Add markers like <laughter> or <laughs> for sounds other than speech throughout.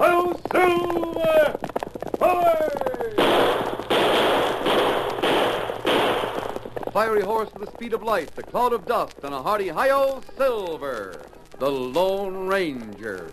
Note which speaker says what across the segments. Speaker 1: Oh, Silver! Forward! Fiery horse with the speed of light, the cloud of dust, and a hearty hi-yo, Silver, the Lone Ranger.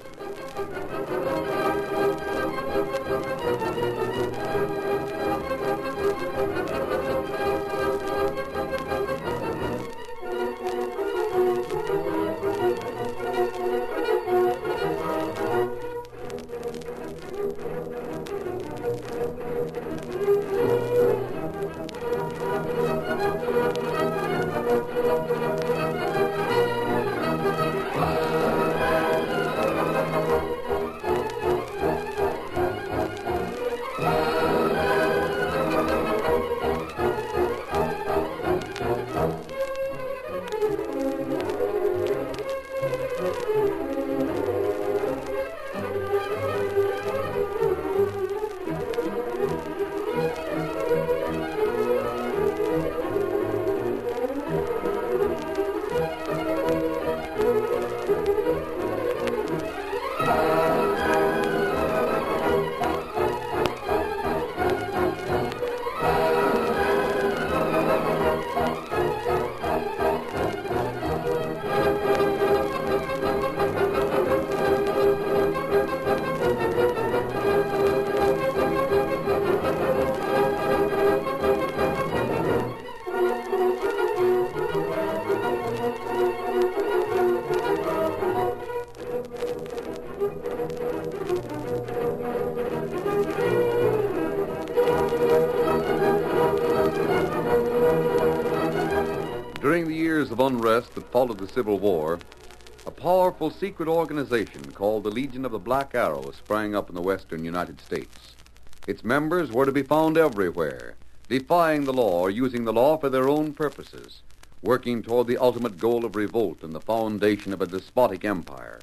Speaker 1: During the years of unrest that followed the Civil War, a powerful secret organization called the Legion of the Black Arrow sprang up in the western United States. Its members were to be found everywhere, defying the law or using the law for their own purposes, working toward the ultimate goal of revolt and the foundation of a despotic empire.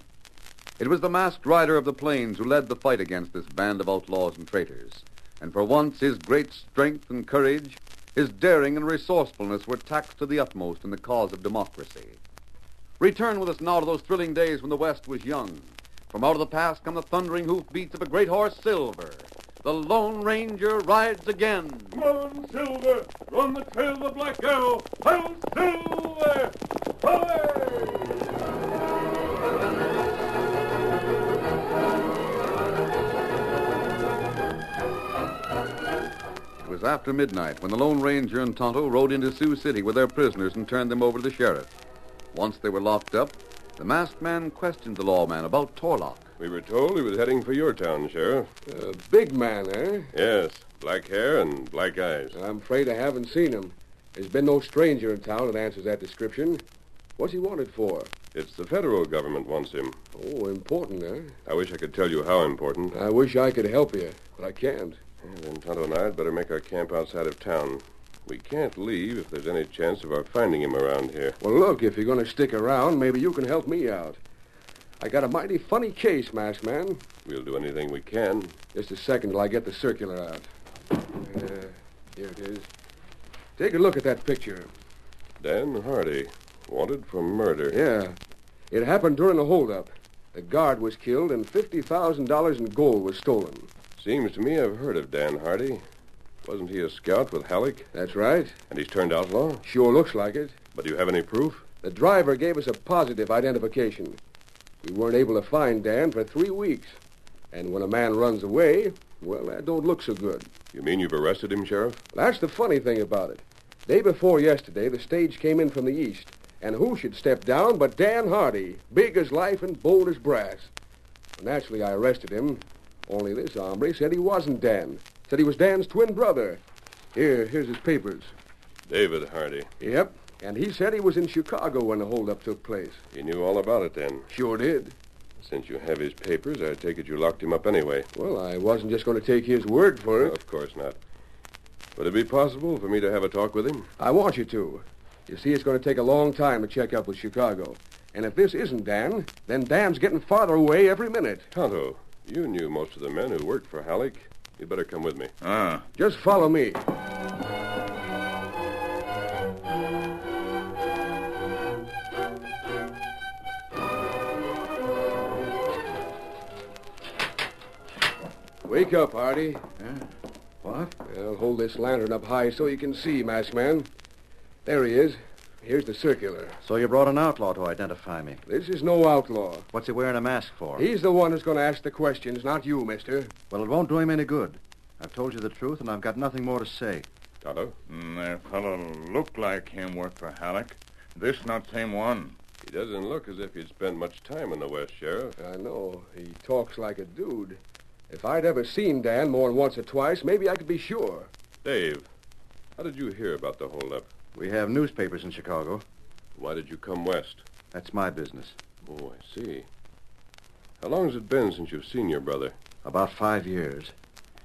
Speaker 1: It was the masked rider of the plains who led the fight against this band of outlaws and traitors. And for once, his great strength and courage, his daring and resourcefulness were taxed to the utmost in the cause of democracy. Return with us now to those thrilling days when the West was young. From out of the past come the thundering hoofbeats of a great horse, Silver. The Lone Ranger rides again. Come on, Silver! Run the trail of the Black Arrow! Hail, Silver! It was after midnight when the Lone Ranger and Tonto rode into Sioux City with their prisoners and turned them over to the sheriff. Once they were locked up, the masked man questioned the lawman about Torlock.
Speaker 2: We were told he was heading for your town, Sheriff.
Speaker 3: A Uh, big man, eh?
Speaker 2: Yes, black hair and black eyes.
Speaker 3: I'm afraid I haven't seen him. There's been no stranger in town that answers that description. What's he wanted for?
Speaker 2: It's the federal government wants him.
Speaker 3: Oh, important, eh?
Speaker 2: I wish I could tell you how important.
Speaker 3: I wish I could help you, but I can't.
Speaker 2: Yeah, then Tonto and I had better make our camp outside of town. We can't leave if there's any chance of our finding him around here.
Speaker 3: Well, look, if you're going to stick around, maybe you can help me out. I got a mighty funny case, masked man.
Speaker 2: We'll do anything we can.
Speaker 3: Just a second till I get the circular out. Uh, here it is. Take a look at that picture.
Speaker 2: Dan Hardy, wanted for murder.
Speaker 3: Yeah. It happened during a holdup. The guard was killed and $50,000 in gold was stolen.
Speaker 2: Seems to me I've heard of Dan Hardy. Wasn't he a scout with Halleck?
Speaker 3: That's right.
Speaker 2: And he's turned outlaw?
Speaker 3: Sure looks like it.
Speaker 2: But do you have any proof?
Speaker 3: The driver gave us a positive identification. We weren't able to find Dan for three weeks. And when a man runs away, well, that don't look so good.
Speaker 2: You mean you've arrested him, Sheriff?
Speaker 3: That's the funny thing about it. Day before yesterday, the stage came in from the east, and who should step down but Dan Hardy, big as life and bold as brass. Naturally, I arrested him, only this hombre said he wasn't Dan. Said he was Dan's twin brother. Here, here's his papers.
Speaker 2: David Hardy.
Speaker 3: Yep, and he said he was in Chicago when the holdup took place.
Speaker 2: He knew all about it then.
Speaker 3: Sure did.
Speaker 2: Since you have his papers, I take it you locked him up anyway.
Speaker 3: Well, I wasn't just going to take his word for it.
Speaker 2: Of course not. Would it be possible for me to have a talk with him?
Speaker 3: I want you to. You see, it's going to take a long time to check up with Chicago. And if this isn't Dan, then Dan's getting farther away every minute.
Speaker 2: Tonto, you knew most of the men who worked for Halleck. You'd better come with me.
Speaker 3: Uh,
Speaker 1: Ah.
Speaker 3: Just follow me. Wake up, Hardy.
Speaker 1: What?
Speaker 3: Well, hold this lantern up high so you can see, Masked Man. There he is. Here's the circular.
Speaker 4: So you brought an outlaw to identify me.
Speaker 3: This is no outlaw.
Speaker 4: What's he wearing a mask for?
Speaker 3: He's the one who's going to ask the questions, not you, mister.
Speaker 4: Well, it won't do him any good. I've told you the truth, and I've got nothing more to say.
Speaker 2: Tonto,
Speaker 5: that Mm, uh, fellow looked like him worked for Halleck. This not same one.
Speaker 2: he doesn't look as if he'd spent much time in the West, Sheriff.
Speaker 3: I know. He talks like a dude. If I'd ever seen Dan more than once or twice, maybe I could be sure.
Speaker 2: Dave, how did you hear about the holdup?
Speaker 4: We have newspapers in Chicago.
Speaker 2: Why did you come west?
Speaker 4: That's my business.
Speaker 2: Oh, I see. How long has it been since you've seen your brother?
Speaker 4: About five years.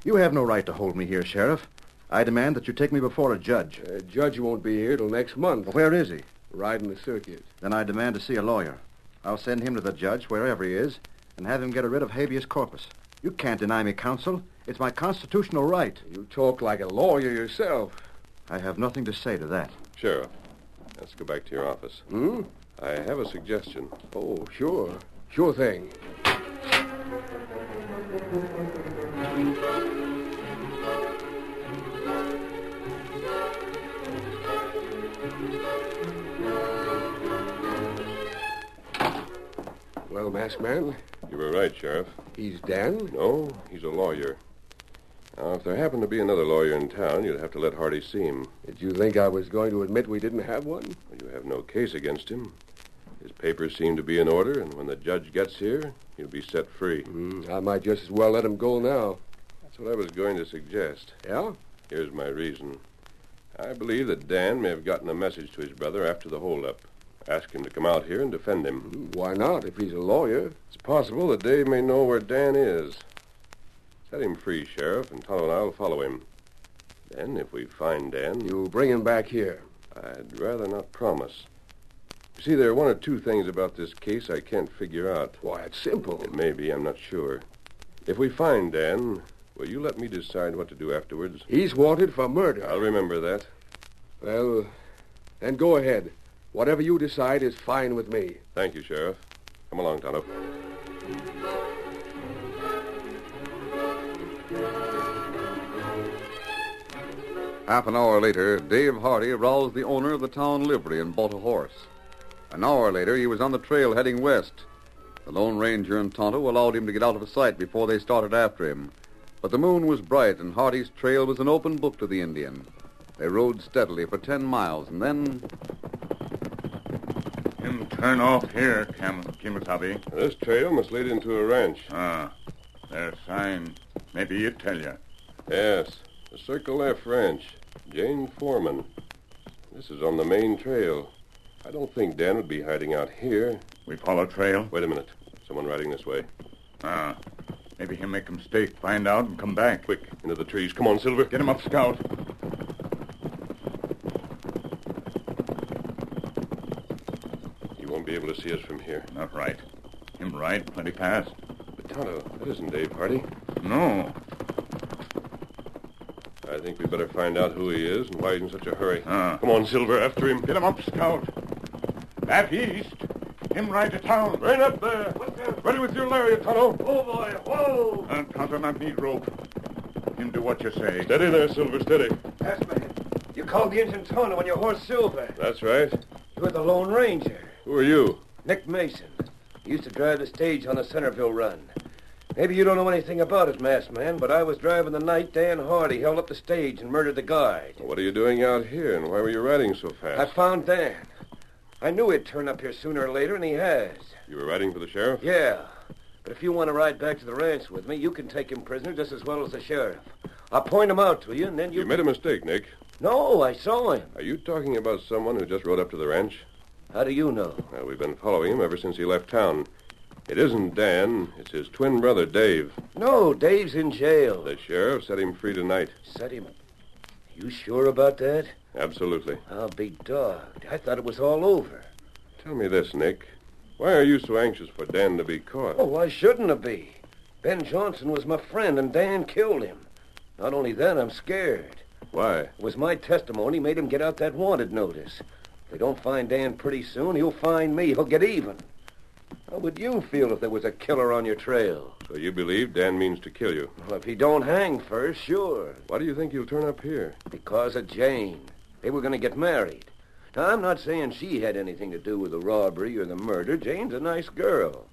Speaker 4: You have no right to hold me here, Sheriff. I demand that you take me before a judge.
Speaker 3: Uh, judge won't be here till next month,
Speaker 4: Where is he?
Speaker 3: riding the circuit.
Speaker 4: Then I demand to see a lawyer. I'll send him to the judge, wherever he is, and have him get rid of habeas corpus. You can't deny me counsel. It's my constitutional right.
Speaker 3: You talk like a lawyer yourself.
Speaker 4: I have nothing to say to that.
Speaker 2: Sheriff, let's go back to your office.
Speaker 3: Hmm?
Speaker 2: I have a suggestion.
Speaker 3: Oh, sure. Sure thing. Well, Masked Man,
Speaker 2: You were right, Sheriff.
Speaker 3: he's Dan.
Speaker 2: No, he's a lawyer. Now, if there happened to be another lawyer in town, you'd have to let Hardy see him.
Speaker 3: Did you think I was going to admit we didn't have one?
Speaker 2: You have no case against him. His papers seem to be in order, and when the judge gets here, he'll be set free.
Speaker 3: Hmm, I might just as well let him go now.
Speaker 2: That's what I was going to suggest.
Speaker 3: Yeah?
Speaker 2: Here's my reason. I believe that Dan may have gotten a message to his brother after the holdup. Ask him to come out here and defend him.
Speaker 3: Why not, if he's a lawyer?
Speaker 2: It's possible that Dave may know where Dan is. Set him free, Sheriff, and Tom and I'll follow him. Then, if we find Dan,
Speaker 3: You bring him back here.
Speaker 2: I'd rather not promise. You see, there are one or two things about this case I can't figure out.
Speaker 3: Why, it's simple.
Speaker 2: It may be, I'm not sure. If we find Dan, will you let me decide what to do afterwards?
Speaker 3: He's wanted for murder.
Speaker 2: I'll remember that.
Speaker 3: Well, then go ahead. Whatever you decide is fine with me.
Speaker 2: Thank you, Sheriff. Come along, Tonto.
Speaker 1: Half an hour later, Dave Hardy roused the owner of the town livery and bought a horse. An hour later, he was on the trail heading west. The Lone Ranger and Tonto allowed him to get out of sight before they started after him. But the moon was bright, and Hardy's trail was an open book to the Indian. They rode steadily for ten miles, and then
Speaker 5: Him turn off here, Cam- Kimasabi.
Speaker 2: This trail must lead into a ranch.
Speaker 5: Ah, there's sign. Maybe it tell you.
Speaker 2: Yes, the Circle F Ranch. Jane Foreman. This is on the main trail. I don't think Dan would be hiding out here.
Speaker 5: We follow trail.
Speaker 2: Wait a minute. Someone riding this way.
Speaker 5: Ah, maybe he'll make a mistake, find out, and come back.
Speaker 2: Quick, into the trees. Come on, Silver.
Speaker 5: Get him up, Scout.
Speaker 2: He won't be able to see us from here.
Speaker 5: Not right. Him right, plenty fast.
Speaker 2: But Tonto, that isn't Dave Hardy.
Speaker 5: No.
Speaker 2: I think we better find out who he is and why he's in such a hurry.
Speaker 5: Ah.
Speaker 2: Come on, Silver, after him.
Speaker 5: Get him up, Scout. Back east. Him right to town.
Speaker 2: Right up there. Ready with your lariat, Tonto.
Speaker 5: Oh, boy. Whoa. Uh, Tonto not need rope. Him do what you say.
Speaker 2: Steady there, Silver, steady.
Speaker 6: You called the engine Tonto on your horse Silver.
Speaker 2: That's right.
Speaker 6: You're the Lone Ranger.
Speaker 2: Who are you?
Speaker 6: Nick Mason. Used to drive the stage on the Centerville run. Maybe you don't know anything about it, masked man, but I was driving the night Dan Hardy held up the stage and murdered the guard.
Speaker 2: What are you doing out here, and why were you riding so
Speaker 6: I
Speaker 2: fast?
Speaker 6: found Dan. I knew he'd turn up here sooner or later, and he has.
Speaker 2: You were riding for the sheriff?
Speaker 6: Yeah. But if you want to ride back to the ranch with me, you can take him prisoner just as well as the sheriff. I'll point him out to you, and then you...
Speaker 2: You made a mistake, Nick.
Speaker 6: No, I saw him.
Speaker 2: Are you talking about someone who just rode up to the ranch?
Speaker 6: How do you know?
Speaker 2: Well, we've been following him ever since he left town. It isn't Dan. It's his twin brother, Dave.
Speaker 6: No, Dave's in jail.
Speaker 2: The sheriff set him free tonight.
Speaker 6: Set him. You sure about that?
Speaker 2: Absolutely.
Speaker 6: I'll be dogged. I thought it was all over.
Speaker 2: Tell me this, Nick. Why are you so anxious for Dan to be caught?
Speaker 6: Oh, why shouldn't it be? Ben Johnson was my friend, and Dan killed him. Not only that, I'm scared.
Speaker 2: Why?
Speaker 6: It was my testimony made him get out that wanted notice. If they don't find Dan pretty soon, he'll find me. He'll get even. How would you feel if there was a killer on your trail?
Speaker 2: So you believe Dan means to kill you?
Speaker 6: Well, if he don't hang first, sure.
Speaker 2: Why do you think he'll turn up here?
Speaker 6: Because of Jane. They were going to get married. Now, I'm not saying she had anything to do with the robbery or the murder. Jane's a nice girl.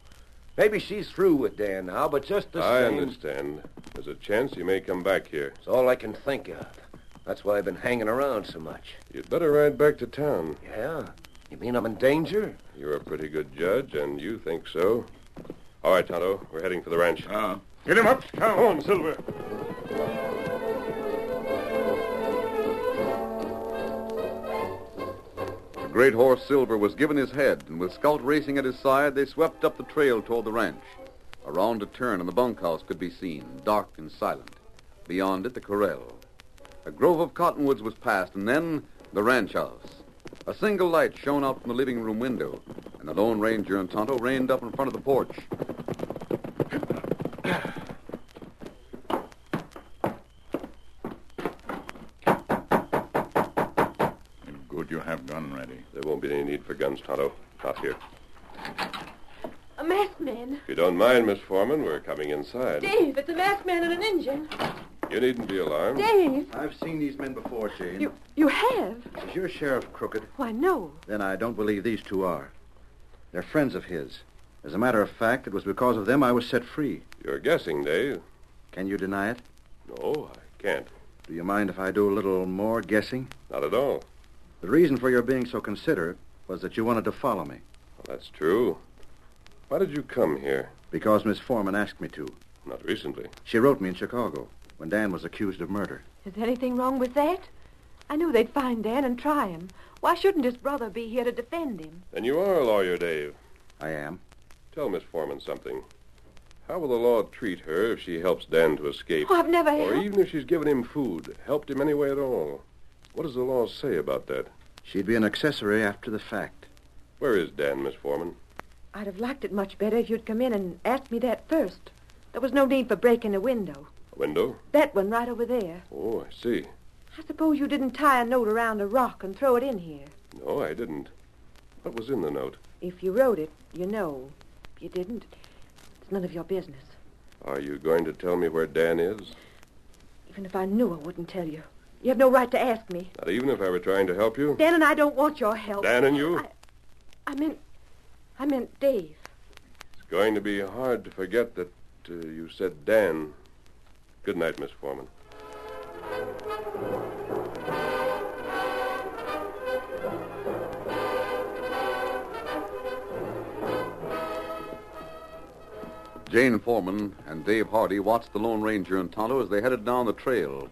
Speaker 6: Maybe she's through with Dan now, but just the
Speaker 2: I
Speaker 6: same,
Speaker 2: understand. There's a chance he may come back here.
Speaker 6: it's all I can think of. That's why I've been hanging around so much.
Speaker 2: You'd better ride back to town.
Speaker 6: Yeah? You mean I'm in danger?
Speaker 2: You're a pretty good judge, and you think so. All right, Tonto. We're heading for the ranch.
Speaker 6: Ah.
Speaker 5: Uh, get him up, Come on, Silver.
Speaker 1: The great horse Silver was given his head, and with Scout racing at his side, they swept up the trail toward the ranch. Around a turn, and the bunkhouse could be seen, dark and silent. Beyond it, the corral. A grove of cottonwoods was passed, and then the ranch house. A single light shone out from the living room window, and the Lone Ranger and Tonto reined up in front of the porch.
Speaker 5: Good you have gun ready.
Speaker 2: There won't be any need for guns, Tonto. Not here.
Speaker 7: A masked man.
Speaker 2: If you don't mind, Miss Foreman, we're coming inside.
Speaker 7: Dave, it's a masked man and an Indian.
Speaker 2: You needn't be alarmed.
Speaker 7: Dave,
Speaker 4: I've seen these men before, Jane.
Speaker 7: you you have?
Speaker 4: Is your sheriff crooked?
Speaker 7: Why, no.
Speaker 4: Then I don't believe these two are. They're friends of his. As a matter of fact, it was because of them I was set free.
Speaker 2: You're guessing, Dave.
Speaker 4: Can you deny it?
Speaker 2: No, I can't.
Speaker 4: Do you mind if I do a little more guessing?
Speaker 2: Not at all.
Speaker 4: The reason for your being so considerate was that you wanted to follow me
Speaker 2: Well, that's true. Why did you come here?
Speaker 4: because Miss Foreman asked me to.
Speaker 2: Not recently.
Speaker 4: She wrote me in Chicago when Dan was accused of murder.
Speaker 7: Is anything wrong with that? I knew they'd find Dan and try him. Why shouldn't his brother be here to defend him?
Speaker 2: Then you are a lawyer, Dave.
Speaker 4: I am.
Speaker 2: Tell Miss Foreman something. How will the law treat her if she helps Dan to escape?
Speaker 7: Oh, I've never
Speaker 2: Or
Speaker 7: helped.
Speaker 2: even if she's given him food, helped him any way at all. What does the law say about that?
Speaker 4: She'd be an accessory after the fact.
Speaker 2: Where is Dan, Miss Foreman?
Speaker 7: I'd have liked it much better if you'd come in and asked me that first. There was no need for breaking a window.
Speaker 2: A window?
Speaker 7: That one right over there.
Speaker 2: Oh, I see.
Speaker 7: I suppose you didn't tie a note around a rock and throw it in here.
Speaker 2: No, I didn't. What was in the note?
Speaker 7: If you wrote it, you know. If you didn't, it's none of your business.
Speaker 2: Are you going to tell me where Dan is?
Speaker 7: Even if I knew, I wouldn't tell you. You have no right to ask me.
Speaker 2: Not even if I were trying to help you?
Speaker 7: Dan and I don't want your help.
Speaker 2: Dan and you?
Speaker 7: I- I meant, I meant Dave.
Speaker 2: It's going to be hard to forget that uh, you said Dan. Good night, Miss Foreman.
Speaker 1: Jane Foreman and Dave Hardy watched the Lone Ranger and Tonto as they headed down the trail.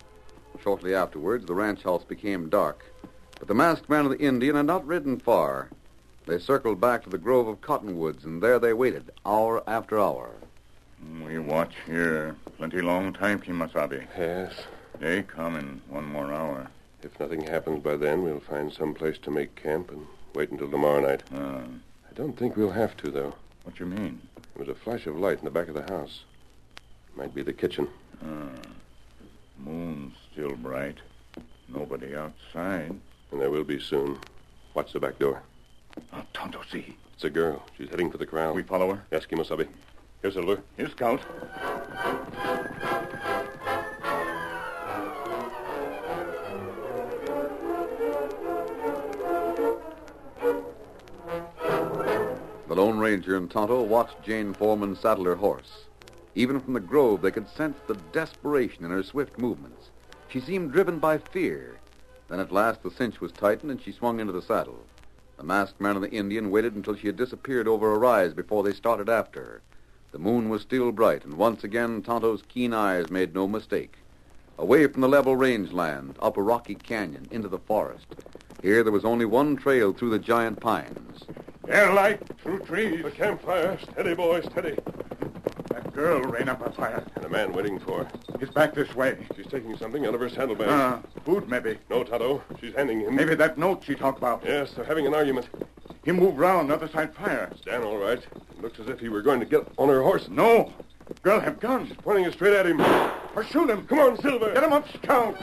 Speaker 1: Shortly afterwards, the ranch house became dark, but the masked man and the Indian had not ridden far. They circled back to the grove of cottonwoods, and there they waited, hour after hour.
Speaker 5: We watch here. Plenty long time, Kimasabi.
Speaker 2: Yes.
Speaker 5: They come in one more hour.
Speaker 2: If nothing happens by then, we'll find some place to make camp and wait until tomorrow night.
Speaker 5: Uh,
Speaker 2: I don't think we'll have to, though.
Speaker 5: what you mean?
Speaker 2: There was a flash of light in the back of the house. Might be the kitchen.
Speaker 5: Moon's still bright. Nobody outside.
Speaker 2: And there will be soon. Watch the back door.
Speaker 5: Oh, Tonto, see.
Speaker 2: It's a girl. She's heading for the corral.
Speaker 5: We follow her.
Speaker 2: Yes, Kimosabe. Here, Silver.
Speaker 5: Here, Scout.
Speaker 1: The Lone Ranger and Tonto watched Jane Foreman saddle her horse. Even from the grove, they could sense the desperation in her swift movements. She seemed driven by fear. Then at last the cinch was tightened and she swung into the saddle. The masked man and the Indian waited until she had disappeared over a rise before they started after her. The moon was still bright, and once again Tonto's keen eyes made no mistake. Away from the level rangeland, up a rocky canyon, into the forest. Here there was only one trail through the giant pines.
Speaker 5: Air light through trees.
Speaker 2: campfire. Steady, boy, steady.
Speaker 5: That girl ran up a fire.
Speaker 2: And a man waiting for her.
Speaker 5: He's back this way.
Speaker 2: She's taking something out of her saddlebag.
Speaker 5: Uh, food, maybe.
Speaker 2: No, Tonto. She's handing him.
Speaker 5: Maybe that note she talked about.
Speaker 2: Yes, they're having an argument.
Speaker 5: He moved round, other side fire.
Speaker 2: Dan, all right. Looks as if he were going to get on her horse.
Speaker 5: No. Girl have guns.
Speaker 2: Pointing it straight at him.
Speaker 5: Or shoot him.
Speaker 2: Come on, Silver.
Speaker 5: Get him up, Scout.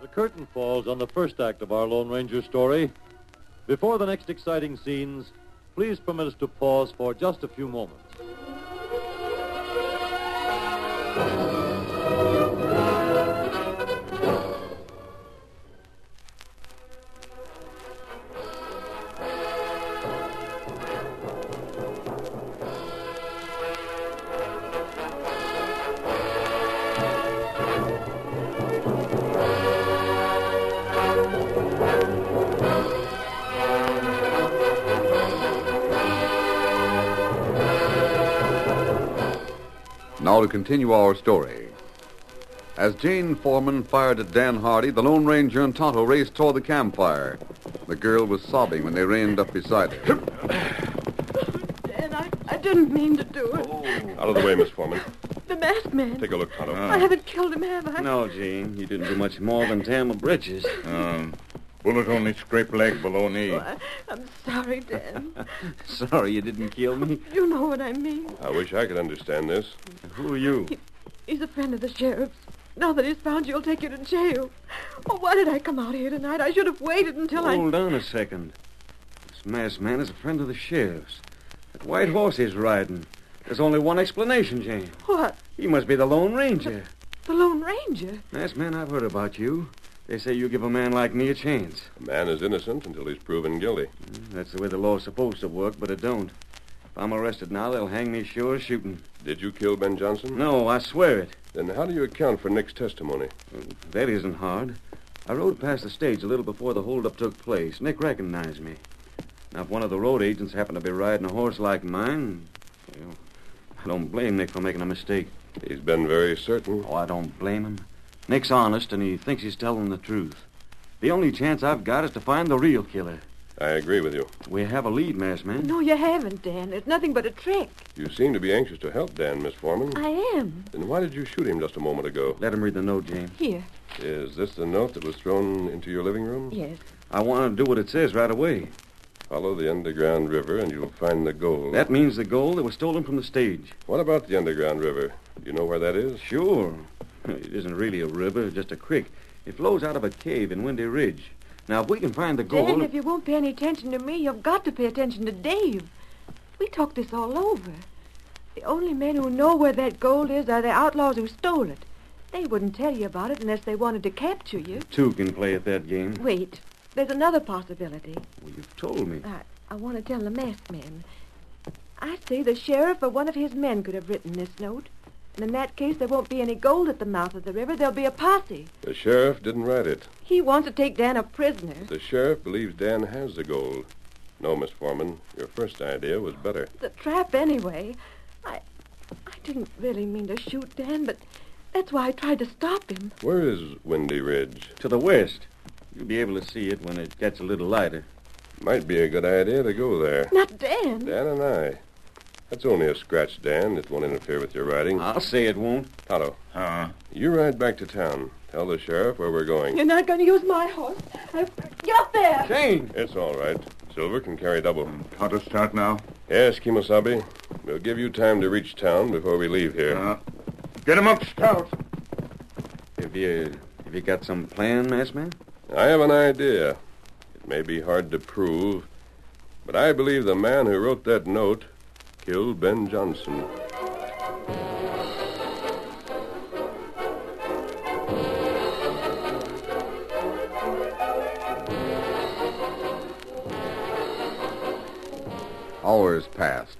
Speaker 8: The curtain falls on the first act of our Lone Ranger story. Before the next exciting scenes, please permit us to pause for just a few moments.
Speaker 1: Now to continue our story. As Jane Foreman fired at Dan Hardy, the Lone Ranger and Tonto raced toward the campfire. The girl was sobbing when they reined up beside her.
Speaker 7: Dan, I, I didn't mean to do it.
Speaker 2: Out of the way, Miss Foreman.
Speaker 7: The masked man.
Speaker 2: Oh. Take a look, Tonto.
Speaker 5: Uh,
Speaker 7: I haven't killed him, have I?
Speaker 9: No, Gene, you didn't do much more than tam a britches.
Speaker 5: Um, bullet only scraped leg below knee.
Speaker 7: I, I'm sorry,
Speaker 2: <laughs>
Speaker 7: Dan.
Speaker 9: Sorry you didn't kill me.
Speaker 7: you know what I mean.
Speaker 2: I wish I could understand this.
Speaker 9: Who are you?
Speaker 7: He's a friend of the sheriff's. Now that he's found you, he'll take you to jail. Oh, why did I come out here tonight? I should have waited until I...
Speaker 2: Oh.
Speaker 9: Hold on a second. This masked man is a friend of the sheriff's. That white horse he's riding. There's only one explanation, Jane.
Speaker 7: What?
Speaker 9: He must be the Lone Ranger.
Speaker 7: The Lone Ranger?
Speaker 9: Masked man, I've heard about you. They say you give a man like me a chance. Hmm,
Speaker 2: A man is innocent until he's proven guilty.
Speaker 9: That's the way the law's supposed to work, but it don't. If I'm arrested now, they'll hang me sure as shooting.
Speaker 2: Did you kill Ben Johnson?
Speaker 9: No, I swear it.
Speaker 2: Then how do you account for Nick's testimony?
Speaker 9: That isn't hard. I rode past the stage a little before the holdup took place. Nick recognized me. Now, if one of the road agents happened to be riding a horse like mine, well, I don't blame Nick for making a mistake.
Speaker 2: He's been very certain.
Speaker 9: Oh, I don't blame him. Nick's honest, and he thinks he's telling the truth. The only chance I've got is to find the real killer.
Speaker 2: I agree with you.
Speaker 9: We have a lead, masked
Speaker 2: Hmm?
Speaker 9: man.
Speaker 7: No, you haven't, Dan. It's nothing but a trick.
Speaker 2: You seem to be anxious to help Dan, Miss Foreman.
Speaker 7: I am.
Speaker 2: Then why did you shoot him just a moment ago?
Speaker 9: Let him read the note, James.
Speaker 7: Here.
Speaker 2: Is this the note that was thrown into your living room?
Speaker 7: Yes.
Speaker 9: I want to do what it says right away.
Speaker 2: Follow the underground river and you'll find the gold.
Speaker 9: That means the gold that was stolen from the stage.
Speaker 2: What about the underground river? Do you know where that is?
Speaker 9: Sure. It isn't really a river, just a creek. It flows out of a cave in Windy Ridge. Now, if we can find the gold.
Speaker 7: Dan, if you won't pay any attention to me, you've got to pay attention to Dave. We talked this all over. The only men who know where that gold is are the outlaws who stole it. They wouldn't tell you about it unless they wanted to capture you.
Speaker 9: Two can play at that game.
Speaker 7: Wait. There's another possibility.
Speaker 9: Well, you've told me.
Speaker 7: I, I want to tell the masked man. I say the sheriff or one of his men could have written this note. And in that case, there won't be any gold at the mouth of the river. There'll be a posse.
Speaker 2: The sheriff didn't write it.
Speaker 7: He wants to take Dan a prisoner.
Speaker 2: The sheriff believes Dan has the gold. No, Miss Foreman, your first idea was better.
Speaker 7: It's a trap anyway. I, I didn't really mean to shoot Dan, but that's why I tried to stop him.
Speaker 2: Where is Windy Ridge?
Speaker 9: To the west. You'll be able to see it when it gets a little lighter.
Speaker 2: Might be a good idea to go there.
Speaker 7: Not Dan.
Speaker 2: Dan and I. That's only a scratch, Dan. It won't interfere with your riding.
Speaker 9: I'll say it won't.
Speaker 2: Tonto,
Speaker 5: Uh,
Speaker 2: you ride back to town. Tell the sheriff where we're going.
Speaker 7: You're not going to use my horse. I- Get up there.
Speaker 9: Jane!
Speaker 2: It's all right. Silver can carry double.
Speaker 5: how to start now?
Speaker 2: Yes, Kimosabe. We'll give you time to reach town before we leave here.
Speaker 5: Uh, get him up, Scout.
Speaker 9: Have you, have you got some plan, masked man?
Speaker 2: I have an idea. It may be hard to prove, but I believe the man who wrote that note killed Ben Johnson.
Speaker 1: Hours passed,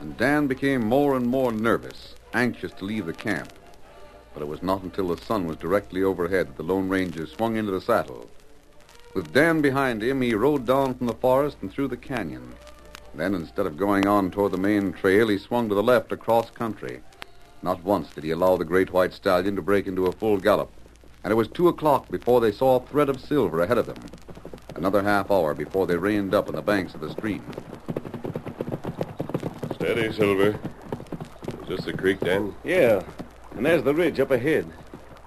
Speaker 1: and Dan became more and more nervous, anxious to leave the camp. But it was not until the sun was directly overhead that the Lone Ranger swung into the saddle. With Dan behind him, he rode down from the forest and through the canyon. Then, instead of going on toward the main trail, he swung to the left across country. Not once did he allow the great white stallion to break into a full gallop, and it was two o'clock before they saw a thread of silver ahead of them.
Speaker 10: Another half hour before they reined up on the banks of the stream.
Speaker 2: Steady, Silver. Is this the creek, Dan?
Speaker 1: Yeah. And there's the ridge up ahead.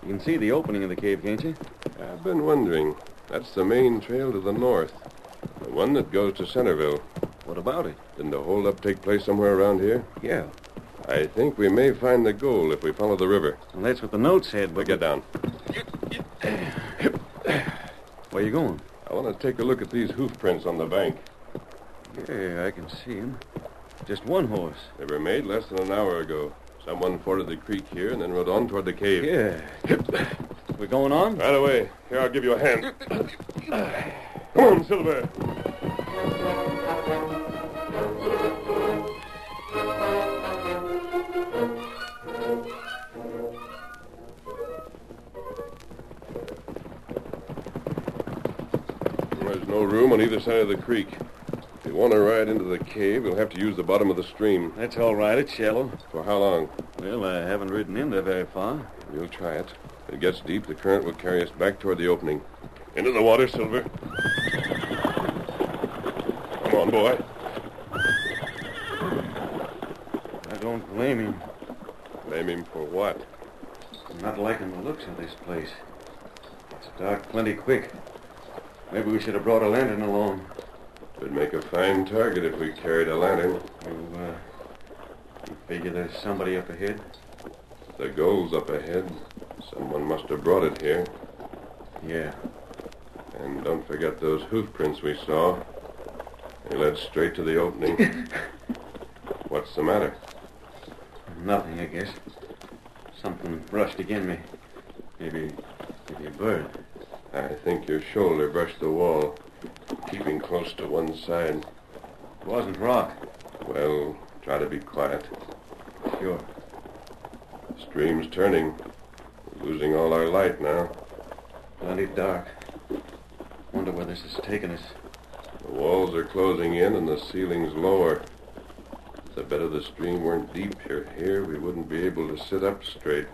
Speaker 1: You can see the opening of the cave, can't you?
Speaker 2: I've been wondering. That's the main trail to the north. The one that goes to Centerville.
Speaker 1: What about it?
Speaker 2: Didn't the holdup take place somewhere around here?
Speaker 1: Yeah.
Speaker 2: I think we may find the goal if we follow the river.
Speaker 1: Well, that's what the note said,
Speaker 2: But
Speaker 1: but...
Speaker 2: get down.
Speaker 1: Where you going?
Speaker 2: I want to take a look at these hoof prints on the bank.
Speaker 1: Yeah, I can see him. Just one horse.
Speaker 2: They were made less than an hour ago. Someone forded the creek here and then rode on toward the cave.
Speaker 1: Yeah. We're going on?
Speaker 2: Right away. Here, I'll give you a hand. Come on, Silver. There's no room on either side of the creek. If you want to ride into the cave, you'll have to use the bottom of the stream.
Speaker 1: That's all right. It's shallow.
Speaker 2: For how long?
Speaker 1: Well, I haven't ridden in there very far.
Speaker 2: We'll try it. If it gets deep, the current will carry us back toward the opening. Into the water, Silver. Come on, boy.
Speaker 1: I don't blame him.
Speaker 2: Blame him for what?
Speaker 1: I'm not liking the looks of this place. It's dark plenty quick. Maybe we should have brought a lantern along.
Speaker 2: We'd make a fine target if we carried a lantern.
Speaker 1: You, uh, you figure there's somebody up ahead?
Speaker 2: The goal's up ahead. Someone must have brought it here.
Speaker 1: Yeah.
Speaker 2: And don't forget those hoof prints we saw. They led straight to the opening. What's the matter?
Speaker 1: Nothing, I guess. Something brushed against me. Maybe, maybe a bird.
Speaker 2: I think your shoulder brushed the wall, keeping close to one side.
Speaker 1: It wasn't rock.
Speaker 2: Well, try to be quiet.
Speaker 1: Sure.
Speaker 2: Stream's turning. We're losing all our light now.
Speaker 1: Plenty dark. Wonder where this is taking us.
Speaker 2: The walls are closing in and the ceiling's lower. If the bed of the stream weren't deep here, here we wouldn't be able to sit up straight.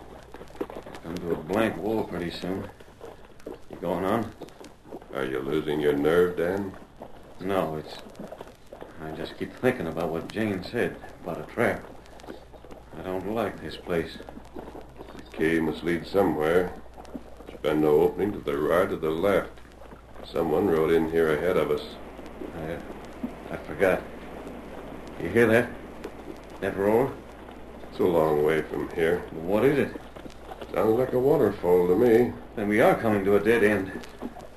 Speaker 1: Come to a blank wall pretty soon. You going on?
Speaker 2: Are you losing your nerve, Dan?
Speaker 1: No, it's. I just keep thinking about what Jane said about a trap. I don't like this place.
Speaker 2: The cave must lead somewhere. There's been no opening to the right or the left. Someone rode in here ahead of us.
Speaker 1: I, I forgot. You hear that? That roar?
Speaker 2: It's a long way from here.
Speaker 1: What is it?
Speaker 2: Sounds like a waterfall to me.
Speaker 1: Then we are coming to a dead end.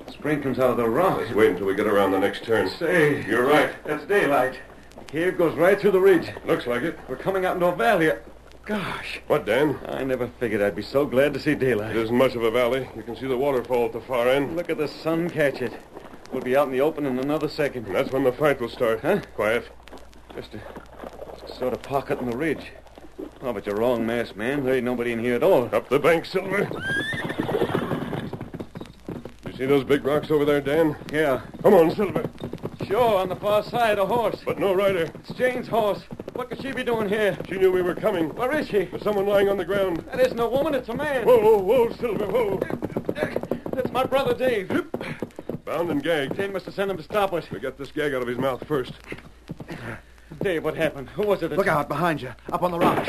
Speaker 1: The spring comes out of the rock.
Speaker 2: Let's wait until we get around the next turn.
Speaker 1: Say,
Speaker 2: You're right.
Speaker 1: that's daylight. The cave goes right through the ridge.
Speaker 2: Looks like it.
Speaker 1: We're coming out into a valley. Gosh,
Speaker 2: What, Dan?
Speaker 1: I never figured I'd be so glad to see
Speaker 2: It
Speaker 1: daylight.
Speaker 2: isn't much of a valley. You can see the waterfall at the far end.
Speaker 1: Look at the sun catch it. We'll be out in the open in another second.
Speaker 2: And that's when the fight will start.
Speaker 1: Huh?
Speaker 2: Quiet.
Speaker 1: Just a, just a sort of pocket in the ridge. Oh, but you're wrong, masked man. There ain't nobody in here at all.
Speaker 2: Up the bank, Silver. You see those big rocks over there, Dan?
Speaker 1: Yeah.
Speaker 2: Come on, Silver.
Speaker 1: Sure, on the far side, a horse.
Speaker 2: But no rider.
Speaker 1: It's Jane's horse. What could she be doing here?
Speaker 2: She knew we were coming.
Speaker 1: Where is she?
Speaker 2: There's someone lying on the ground.
Speaker 1: That isn't a woman, it's a man.
Speaker 2: Whoa, whoa, whoa, Silver, whoa.
Speaker 1: That's my brother Dave.
Speaker 2: Bound and gagged.
Speaker 1: Jane must have sent him to stop us.
Speaker 2: We got this gag out of his mouth first.
Speaker 1: Dave, what happened? Who was it? that-
Speaker 11: Look out behind you, up on the rocks.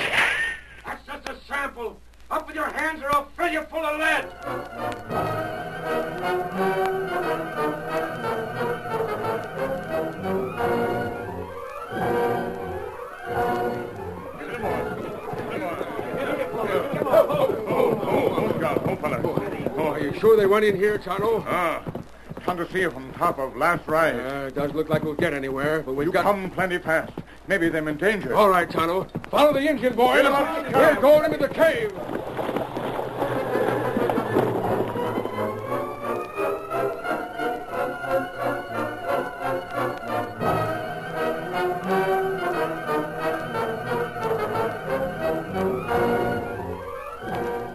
Speaker 12: That's just a sample. Up with your hands or I'll fill you full of lead.
Speaker 5: Oh, God, oh, fella.
Speaker 13: Are you sure they went in here, Tonto?
Speaker 5: Ah, come to see you from top of last rise.
Speaker 13: Uh, it doesn't look like we'll get anywhere, but we've
Speaker 5: you
Speaker 13: got...
Speaker 5: come plenty fast. Maybe them in danger.
Speaker 13: All right, Tonto. Follow the engine, boys. We're going into the cave.